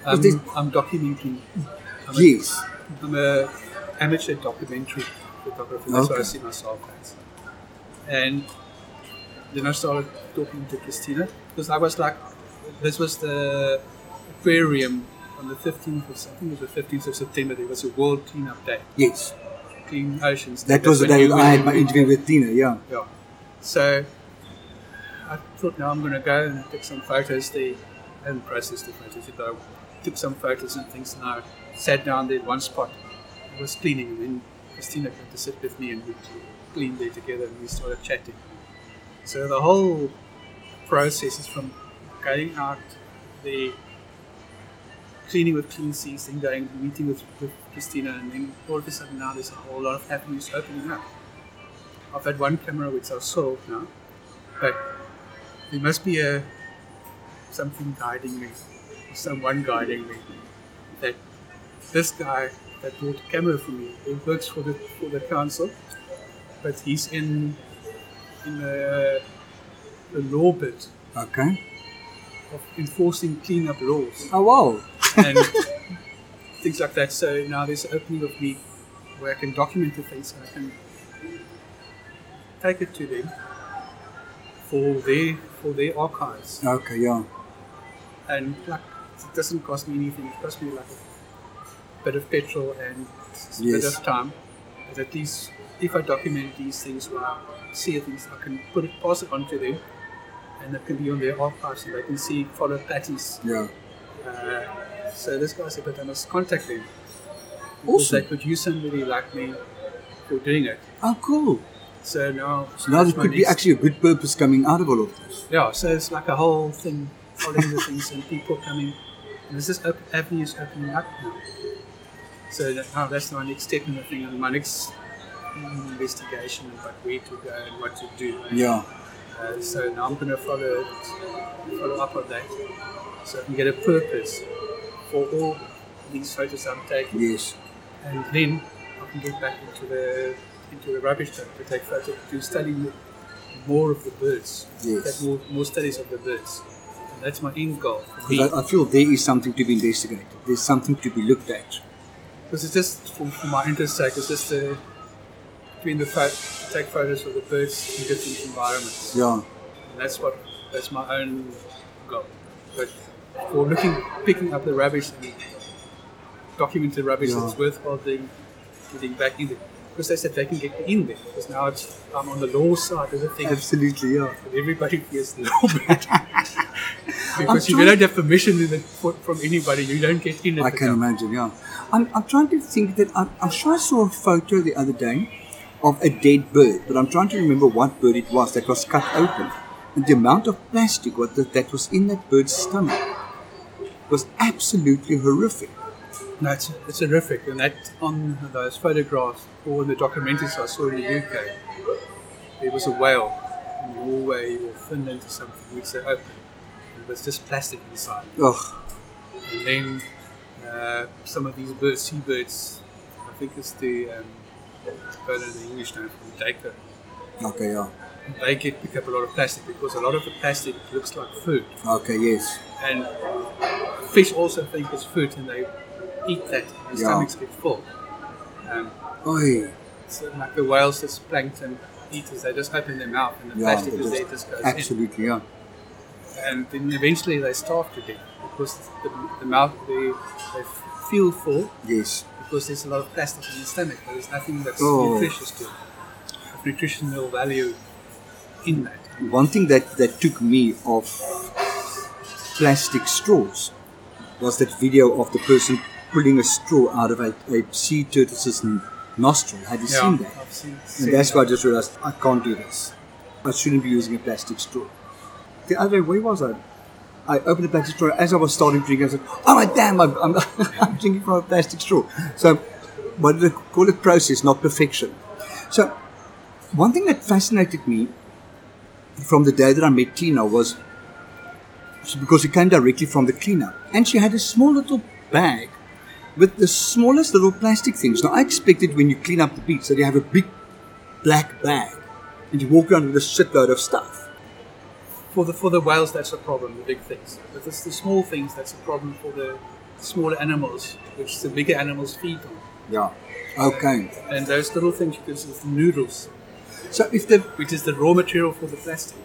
[SPEAKER 2] I'm,
[SPEAKER 1] Because
[SPEAKER 2] I'm documenting. I'm a-
[SPEAKER 1] Yes.
[SPEAKER 2] I'm a amateur documentary photographer. That's what I
[SPEAKER 1] Okay.
[SPEAKER 2] see myself as. And then I started talking to Christina because I was like, this was the aquarium on the 15th of I think it was the 15th of September. There was a World Cleanup Day,
[SPEAKER 1] Yes.
[SPEAKER 2] Clean Oceans. Day.
[SPEAKER 1] That was the
[SPEAKER 2] That's
[SPEAKER 1] day
[SPEAKER 2] when
[SPEAKER 1] that
[SPEAKER 2] you
[SPEAKER 1] I had
[SPEAKER 2] went-
[SPEAKER 1] my interview with Tina, yeah.
[SPEAKER 2] Yeah. So I thought now I'm going to go and I took some photos there and process the photos. But I took some photos and things and I sat down there at one spot. I was cleaning and then Christina came to sit with me and we cleaned there together and we started chatting. So the whole process is from going out there, cleaning with clean seas, then going meeting with, with Christina, and then all of a sudden now there's a whole lot of avenues opening up. I've had one camera which I've sold now, but there must be a something guiding me, or someone guiding me. That this guy that bought a camera for me, he works for the for the council, but he's in in the, the law bit
[SPEAKER 1] Okay.
[SPEAKER 2] of enforcing cleanup laws
[SPEAKER 1] Oh wow.
[SPEAKER 2] and things like that. So now there's an opening of me where I can document the things and I can take it to them for their for their archives.
[SPEAKER 1] Okay, yeah.
[SPEAKER 2] And like it doesn't cost me anything. It costs me like a bit of petrol and a bit
[SPEAKER 1] Yes.
[SPEAKER 2] of time. But at least if I document these things or I see things, I can put it pass it on to them. And that can be on their archives, and they can see follow patterns
[SPEAKER 1] Yeah.
[SPEAKER 2] uh, so this guy said, but I must contact them. Because
[SPEAKER 1] Awesome.
[SPEAKER 2] they could use somebody like me for doing it.
[SPEAKER 1] Oh cool.
[SPEAKER 2] So now,
[SPEAKER 1] So now there
[SPEAKER 2] my
[SPEAKER 1] could be
[SPEAKER 2] next-
[SPEAKER 1] actually a good purpose coming out of all of this.
[SPEAKER 2] yeah. So it's like a whole thing, following the things and people coming. And this is open, avenue is opening up now. So that, now that's my next step in the thing, and my next mm, investigation about where to go and what to do.
[SPEAKER 1] Yeah.
[SPEAKER 2] Uh, so now I'm going to follow follow up on that, so I can get a purpose for all these photos I'm taking,
[SPEAKER 1] Yes.
[SPEAKER 2] and then I can get back into the into the rubbish bin to take photos to study more of the birds,
[SPEAKER 1] Yes.
[SPEAKER 2] take more, more studies of the birds. And that's my end goal. for me.
[SPEAKER 1] Because I, I feel there is something to be investigated. There's something to be looked at.
[SPEAKER 2] Because it's just for, for my interest sake, it's just uh, doing the pho- take photos of the birds in different environments.
[SPEAKER 1] Yeah.
[SPEAKER 2] And that's what that's my own goal. But for looking, picking up the rubbish and documenting the rubbish
[SPEAKER 1] Yeah.
[SPEAKER 2] that's worthwhile doing, getting back in there. Because they said they can get in there. Because now it's I'm on the law side of the thing.
[SPEAKER 1] Absolutely, yeah.
[SPEAKER 2] And everybody fears the law. because if you
[SPEAKER 1] trying-
[SPEAKER 2] don't have permission in the, for, from anybody, you don't get in. At
[SPEAKER 1] I
[SPEAKER 2] the
[SPEAKER 1] can
[SPEAKER 2] company.
[SPEAKER 1] imagine, yeah. I'm, I'm trying to think that I'm, I'm sure I saw a photo the other day of a dead bird, but I'm trying to remember what bird it was that was cut open. And the amount of plastic what the, that was in that bird's stomach was absolutely horrific.
[SPEAKER 2] That's it's horrific, and that on those photographs or in the documentaries I saw in the UK, there was a whale in Norway or Finland or something which they opened. It was just plastic inside,
[SPEAKER 1] Ugh,
[SPEAKER 2] and then uh, some of these birds, seabirds, I think it's the um, I don't know the English name for the dacre.
[SPEAKER 1] okay, yeah.
[SPEAKER 2] They get pick up a lot of plastic because a lot of the plastic looks like food,
[SPEAKER 1] Okay, yes.
[SPEAKER 2] and fish also think it's food, and they eat that. And their
[SPEAKER 1] Yeah.
[SPEAKER 2] stomachs get full. Um,
[SPEAKER 1] Oi.
[SPEAKER 2] So like the whales, it's plankton eaters. They just open their mouth and the
[SPEAKER 1] Yeah,
[SPEAKER 2] plastic
[SPEAKER 1] they
[SPEAKER 2] is
[SPEAKER 1] just-
[SPEAKER 2] there, it just goes
[SPEAKER 1] Absolutely, yeah.
[SPEAKER 2] in. And then eventually they starve to death because the, the mouth they, they feel full
[SPEAKER 1] Yes.
[SPEAKER 2] because there's a lot of plastic in the stomach, but there's nothing that's
[SPEAKER 1] Oh.
[SPEAKER 2] nutritious to it. Of nutritional value in that.
[SPEAKER 1] One thing that, that took me off plastic straws was that video of the person pulling a straw out of a, a sea turtle's n- nostril. Have you seen that?
[SPEAKER 2] I've seen, seen
[SPEAKER 1] And that's
[SPEAKER 2] that.
[SPEAKER 1] why I just realized I can't do this. I shouldn't be using a plastic straw. The other day, where was I? I opened the plastic straw as I was starting drinking. I said, "Oh my damn! I'm, I'm, I'm drinking from a plastic straw." So, what do they call it? Process, not perfection. So, one thing that fascinated me from the day that I met Tina was she- because she came directly from the cleaner, and she had a small little bag with the smallest little plastic things. Now, I expected when you clean up the beach that you have a big black bag and you walk around with a shitload of stuff.
[SPEAKER 2] for the for the whales that's a problem, the big things. But it's the small things that's a problem for the smaller animals, which the bigger animals feed on.
[SPEAKER 1] Yeah. Okay.
[SPEAKER 2] And those little things you can see the noodles,
[SPEAKER 1] So if the
[SPEAKER 2] which is the raw material for the plastic.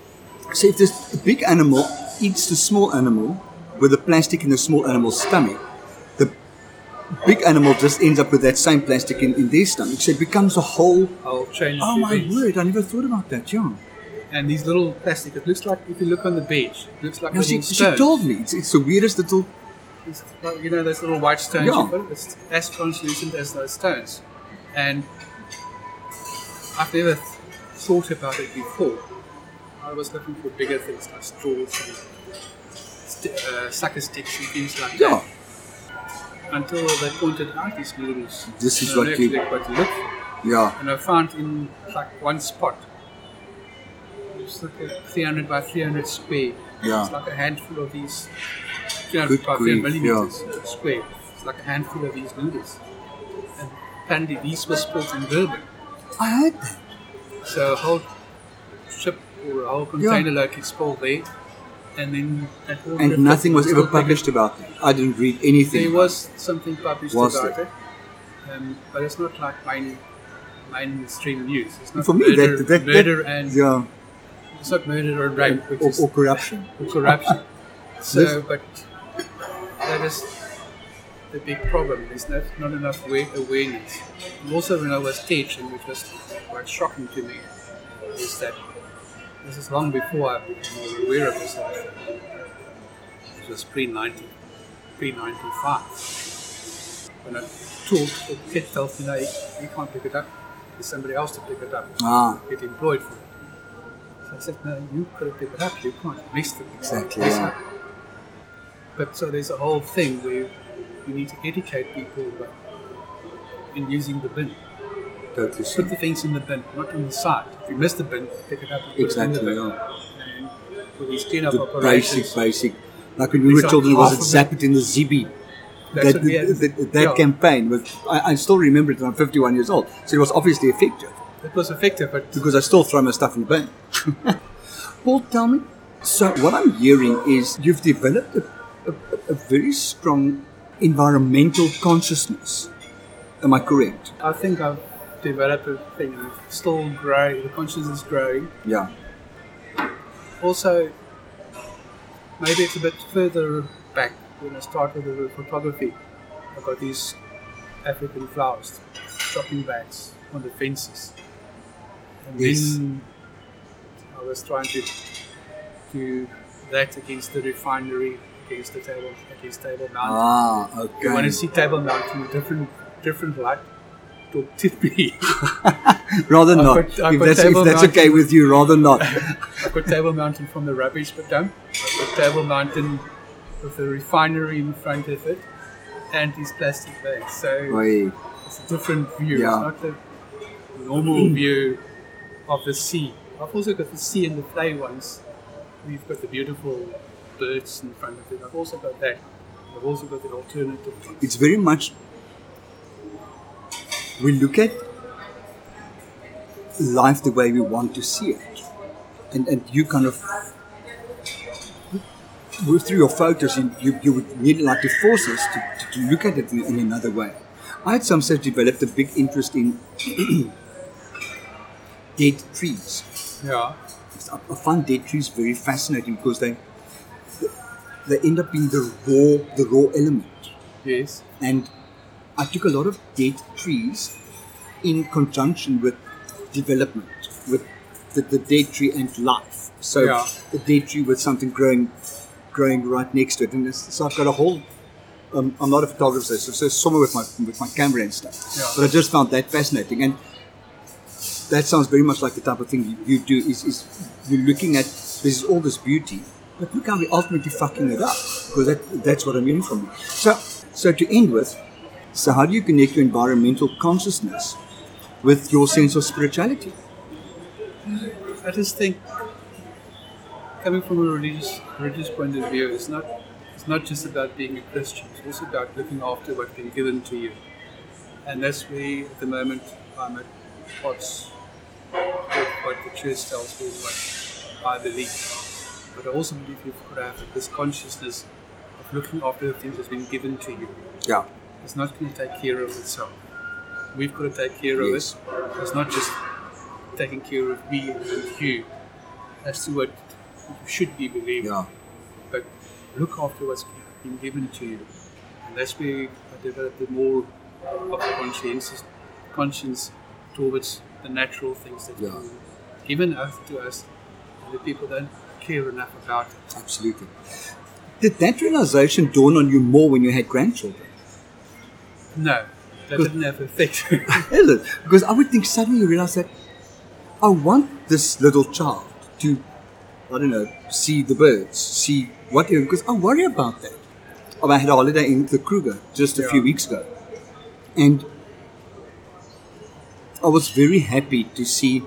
[SPEAKER 1] so if this big animal eats the small animal with the plastic in the small animal's stomach, the big animal just ends up with that same plastic in, in their stomach. So it becomes a whole
[SPEAKER 2] I'll change
[SPEAKER 1] Oh
[SPEAKER 2] the
[SPEAKER 1] my
[SPEAKER 2] beach.
[SPEAKER 1] word, I never thought about that, yeah.
[SPEAKER 2] And these little plastic, it looks like if you look on the beach, it looks like
[SPEAKER 1] No,
[SPEAKER 2] little
[SPEAKER 1] she, she
[SPEAKER 2] stones.
[SPEAKER 1] told me. It's, it's the weirdest little
[SPEAKER 2] It's like, you know those little white stones.
[SPEAKER 1] Yeah.
[SPEAKER 2] you put? It's as translucent as those stones. And I've never th- thought about it before. I was looking for bigger things like straws and st- uh, sucker sticks and things like
[SPEAKER 1] Yeah.
[SPEAKER 2] that. Until they pointed out these noodles.
[SPEAKER 1] This is
[SPEAKER 2] And I
[SPEAKER 1] what
[SPEAKER 2] know
[SPEAKER 1] you-
[SPEAKER 2] exactly what to look for.
[SPEAKER 1] Yeah.
[SPEAKER 2] and I found in like one spot. It's like a 300 by 300 square.
[SPEAKER 1] Yeah.
[SPEAKER 2] It's like a handful of these 300
[SPEAKER 1] Good
[SPEAKER 2] by
[SPEAKER 1] grief,
[SPEAKER 2] 300 millimeters square. It's like a handful of these noodles. And apparently these were spilled in Durban.
[SPEAKER 1] I heard that.
[SPEAKER 2] So a whole ship or a whole container load gets spilled there. And then that all
[SPEAKER 1] And
[SPEAKER 2] drifted
[SPEAKER 1] nothing was
[SPEAKER 2] still
[SPEAKER 1] ever
[SPEAKER 2] taken-
[SPEAKER 1] published about that. I didn't read anything.
[SPEAKER 2] There
[SPEAKER 1] about
[SPEAKER 2] was something published
[SPEAKER 1] Was
[SPEAKER 2] about
[SPEAKER 1] there?
[SPEAKER 2] it. Um, but it's not like main, mainstream news. It's
[SPEAKER 1] it.
[SPEAKER 2] not
[SPEAKER 1] For me,
[SPEAKER 2] murder,
[SPEAKER 1] that, that,
[SPEAKER 2] murder
[SPEAKER 1] that
[SPEAKER 2] and
[SPEAKER 1] yeah,
[SPEAKER 2] It's not murder or rape, which
[SPEAKER 1] or,
[SPEAKER 2] is
[SPEAKER 1] or corruption.
[SPEAKER 2] corruption.
[SPEAKER 1] This-
[SPEAKER 2] So, but that is the big problem. There's not, not enough wa- awareness. And also, when I was teaching, which was quite shocking to me, is that this is long before I became more aware of this. It was pre 90, pre 95. When I taught, the kid felt, you know, you can't pick it up. There's somebody else to pick it up
[SPEAKER 1] Ah,
[SPEAKER 2] get employed for it. So I said, no, you could have picked it up, you can't mix the mix up,
[SPEAKER 1] Exactly,
[SPEAKER 2] mix
[SPEAKER 1] yeah.
[SPEAKER 2] up. But so there's a whole thing where you need to educate people about in using the bin.
[SPEAKER 1] go to sin.
[SPEAKER 2] Put the things in the bin, not on the side. If you miss the bin, pick it up and put it in
[SPEAKER 1] Exactly,
[SPEAKER 2] the bin.
[SPEAKER 1] yeah.
[SPEAKER 2] And with these cleanup
[SPEAKER 1] The basic,
[SPEAKER 2] operations,
[SPEAKER 1] basic. Like when we were
[SPEAKER 2] These are
[SPEAKER 1] children, it was
[SPEAKER 2] half
[SPEAKER 1] it
[SPEAKER 2] of
[SPEAKER 1] Zap It in the ZB?
[SPEAKER 2] that's
[SPEAKER 1] that,
[SPEAKER 2] what we had.
[SPEAKER 1] that, that, that
[SPEAKER 2] Yeah.
[SPEAKER 1] campaign was I, I still remember it when I'm 51 years old so it was obviously effective
[SPEAKER 2] It was effective, but
[SPEAKER 1] because I still throw my stuff in the bin Paul tell me so what I'm hearing is you've developed a, a, a very strong environmental consciousness am I correct
[SPEAKER 2] I think I've developed a thing and it's still growing. The consciousness is growing.
[SPEAKER 1] yeah
[SPEAKER 2] Also, maybe it's a bit further back when I started with photography. I got these African flowers, shopping bags on the fences. And
[SPEAKER 1] Yes.
[SPEAKER 2] then I was trying to do that against the refinery, against the table, against Table Mountain.
[SPEAKER 1] ah
[SPEAKER 2] You want
[SPEAKER 1] okay
[SPEAKER 2] to see Table Mountain, a different, different light, talk to me.
[SPEAKER 1] rather
[SPEAKER 2] I've
[SPEAKER 1] not
[SPEAKER 2] got- I've
[SPEAKER 1] if
[SPEAKER 2] got
[SPEAKER 1] that's, if
[SPEAKER 2] table
[SPEAKER 1] that's
[SPEAKER 2] mountain.
[SPEAKER 1] okay with you rather not
[SPEAKER 2] I've got Table Mountain from the rubbish but dump. I've got Table Mountain with the refinery in front of it and these plastic bags. So
[SPEAKER 1] Oy.
[SPEAKER 2] it's a different view.
[SPEAKER 1] Yeah.
[SPEAKER 2] It's not the normal view of the sea. I've also got the sea and the play ones. We've got the beautiful birds in front of it. I've also got that. I've also got the alternative ones.
[SPEAKER 1] it's very much we look at life the way we want to see it and and you kind of with- through your photos you, you, you would need like to force us to, to, to look at it in, in another way i at some stage developed a big interest in dead trees
[SPEAKER 2] Yeah.
[SPEAKER 1] I I find dead trees very fascinating because they they end up being the raw the raw element
[SPEAKER 2] Yes.
[SPEAKER 1] and I took a lot of dead trees in conjunction with development, with the, the dead tree and life. So
[SPEAKER 2] Yeah.
[SPEAKER 1] the dead tree with something growing, growing right next to it, and it's, so I've got a whole. Um, I'm not a photographer, so, so somewhere with my with my camera and stuff.
[SPEAKER 2] Yeah.
[SPEAKER 1] But I just found that fascinating, and that sounds very much like the type of thing you, you do. Is, is you're looking at there's all this beauty, but look how we're ultimately fucking it up because that, that's what I'm hearing from you. So, so to end with, so how do you connect your environmental consciousness with your sense of spirituality?
[SPEAKER 2] I just think coming from a religious religious point of view, it's not it's not just about being a Christian. It's also about looking after what's been given to you, and that's where at the moment I'm at odds with what the church tells me, what I believe. But I also believe you've got to have this consciousness of looking after the things that's been given to you.
[SPEAKER 1] Yeah.
[SPEAKER 2] It's not going to take care of itself. We've got to take care
[SPEAKER 1] Yes.
[SPEAKER 2] of it. It's not just taking care of me and you. That's what you should be believing.
[SPEAKER 1] Yeah.
[SPEAKER 2] But look after what's been given to you. And that's where I developed the more of a conscientious conscience towards the natural things that
[SPEAKER 1] Yeah.
[SPEAKER 2] you given us to us and the people don't care enough about it.
[SPEAKER 1] Absolutely. Did that realization dawn on you more when you had grandchildren?
[SPEAKER 2] No. That didn't have effect.
[SPEAKER 1] Hell, because I would think suddenly you realize that I want this little child to, I don't know, see the birds, see whatever, because I worry about that. Oh, I had a holiday in the Kruger just a few
[SPEAKER 2] Yeah.
[SPEAKER 1] weeks ago, and I was very happy to see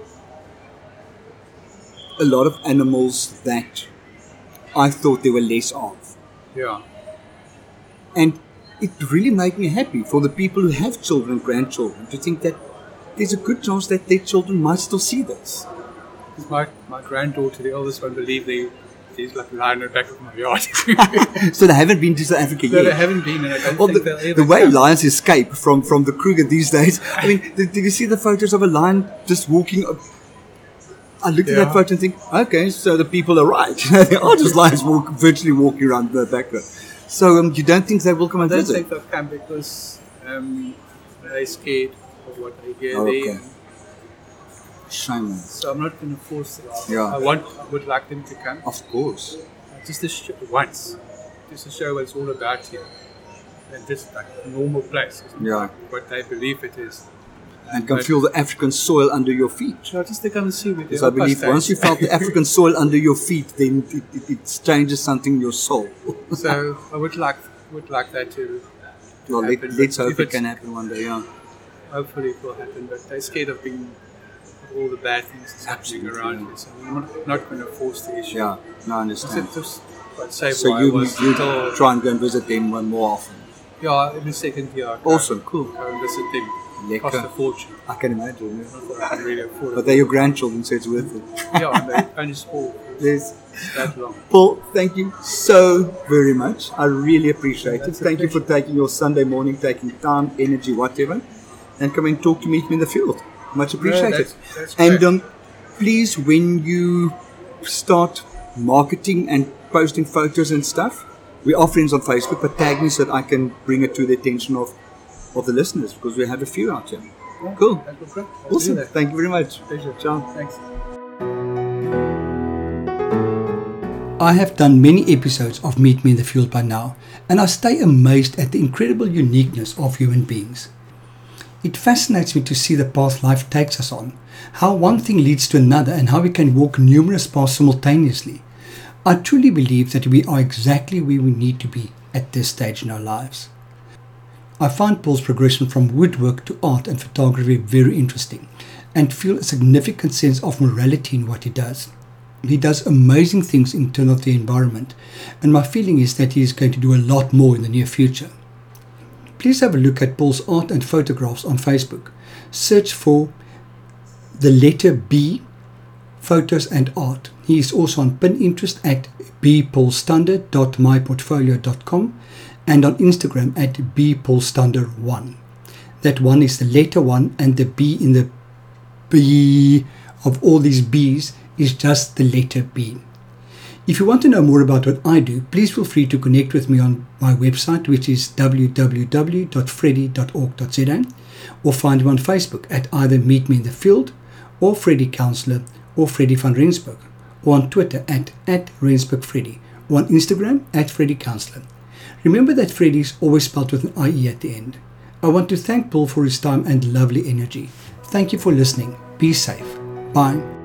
[SPEAKER 1] a lot of animals that I thought there were less of.
[SPEAKER 2] yeah.
[SPEAKER 1] And it really made me happy for the people who have children and grandchildren to think that there's a good chance that their children might still see this.
[SPEAKER 2] Because My, my granddaughter, the eldest one, believe they she's like lying in the back of my yard.
[SPEAKER 1] so they haven't been to South Africa
[SPEAKER 2] so they
[SPEAKER 1] yet.
[SPEAKER 2] haven't been, and I don't
[SPEAKER 1] Well,
[SPEAKER 2] think they'll
[SPEAKER 1] the,
[SPEAKER 2] ever
[SPEAKER 1] the way
[SPEAKER 2] come.
[SPEAKER 1] lions escape from, from the Kruger these days, I mean, did, did you see the photos of a lion just walking? Up? I looked at that
[SPEAKER 2] Yeah.
[SPEAKER 1] photo and think, okay, so the people are right. they are just lions walk, virtually walking around the back road. So um, you don't think they will come
[SPEAKER 2] I
[SPEAKER 1] and
[SPEAKER 2] don't
[SPEAKER 1] visit?
[SPEAKER 2] think they'll come because um, they're scared of what I hear.
[SPEAKER 1] Oh,
[SPEAKER 2] They,
[SPEAKER 1] okay. Shame.
[SPEAKER 2] so I'm not going to force them.
[SPEAKER 1] Yeah.
[SPEAKER 2] I want, I would like them to come.
[SPEAKER 1] Of course.
[SPEAKER 2] Just to show, once. Just to show what it's all about here. And just like a normal place. It's not
[SPEAKER 1] Yeah.
[SPEAKER 2] like what they believe it is.
[SPEAKER 1] and can
[SPEAKER 2] But-
[SPEAKER 1] feel the African soil under your feet.
[SPEAKER 2] So I just to come and see me.
[SPEAKER 1] Because I believe once you felt the African soil under your feet, then it, it, it changes something in your soul.
[SPEAKER 2] So I would like, would like that to
[SPEAKER 1] Well, let,
[SPEAKER 2] happen,
[SPEAKER 1] let's
[SPEAKER 2] but
[SPEAKER 1] hope
[SPEAKER 2] if
[SPEAKER 1] it
[SPEAKER 2] it's-
[SPEAKER 1] can happen one day. Yeah.
[SPEAKER 2] hopefully it will happen, but they're scared of being of all the bad things that's happening
[SPEAKER 3] Absolutely,
[SPEAKER 2] around
[SPEAKER 3] yeah.
[SPEAKER 2] here. So we're not, not going to force the issue.
[SPEAKER 3] Yeah, no, I
[SPEAKER 2] Is it
[SPEAKER 3] understand.
[SPEAKER 2] just quite safe
[SPEAKER 3] So
[SPEAKER 2] where I
[SPEAKER 3] you,
[SPEAKER 2] was
[SPEAKER 3] you
[SPEAKER 2] until-
[SPEAKER 3] try and go and visit them one more often.
[SPEAKER 2] yeah, in the second year. Um, I go-
[SPEAKER 3] Awesome, cool.
[SPEAKER 2] Go and visit them.
[SPEAKER 3] Lekker.
[SPEAKER 2] Cost a fortune.
[SPEAKER 3] I can imagine. yeah.
[SPEAKER 2] Not that I can really afford
[SPEAKER 3] But
[SPEAKER 2] it.
[SPEAKER 3] they're your grandchildren, so it's worth it.
[SPEAKER 2] yeah, and they only spoil
[SPEAKER 3] Yes.
[SPEAKER 2] that long.
[SPEAKER 3] Paul, thank you so very much. I really appreciate
[SPEAKER 2] That's
[SPEAKER 3] it.
[SPEAKER 2] a
[SPEAKER 3] Thank you for taking your Sunday morning, taking time, energy, whatever, and come and talk to me in the field. Much appreciated.
[SPEAKER 2] that's- that's
[SPEAKER 3] and
[SPEAKER 2] great.
[SPEAKER 3] um, please, when you start marketing and posting photos and stuff, we are friends on Facebook, but tag me so that I can bring it to the attention of, of the listeners because we have a few out here. Cool.
[SPEAKER 2] That was great. I'll do
[SPEAKER 3] Awesome.
[SPEAKER 2] that.
[SPEAKER 3] Thank you very much.
[SPEAKER 2] Pleasure.
[SPEAKER 3] Ciao.
[SPEAKER 2] Thanks.
[SPEAKER 1] I have done many episodes of Meet Me in the Field by now, and I stay amazed at the incredible uniqueness of human beings. It fascinates me to see the path life takes us on, how one thing leads to another, and how we can walk numerous paths simultaneously. I truly believe that we are exactly where we need to be at this stage in our lives. I find Paul's progression from woodwork to art and photography very interesting and feel a significant sense of morality in what he does. He does amazing things in terms of the environment, and my feeling is that he is going to do a lot more in the near future. Please have a look at Paul's art and photographs on Facebook. Search for the letter B photos and art. He is also on Pinterest at bpaulstunder.myportfolio.com and on Instagram at bpaulstunder1. That one is the letter one and the B in the B of all these B's is just the letter B. If you want to know more about what I do, please feel free to connect with me on my website, which is www.freddy.org.za, or find me on Facebook at either Meet Me in the Field, or Freddy Counselor, or Freddy van Rensburg, or on Twitter at, at RensburgFreddy, or on Instagram at Freddy Counselor. Remember that Freddy is always spelled with an IE at the end. I want to thank Paul for his time and lovely energy. Thank you for listening. Be safe. Bye.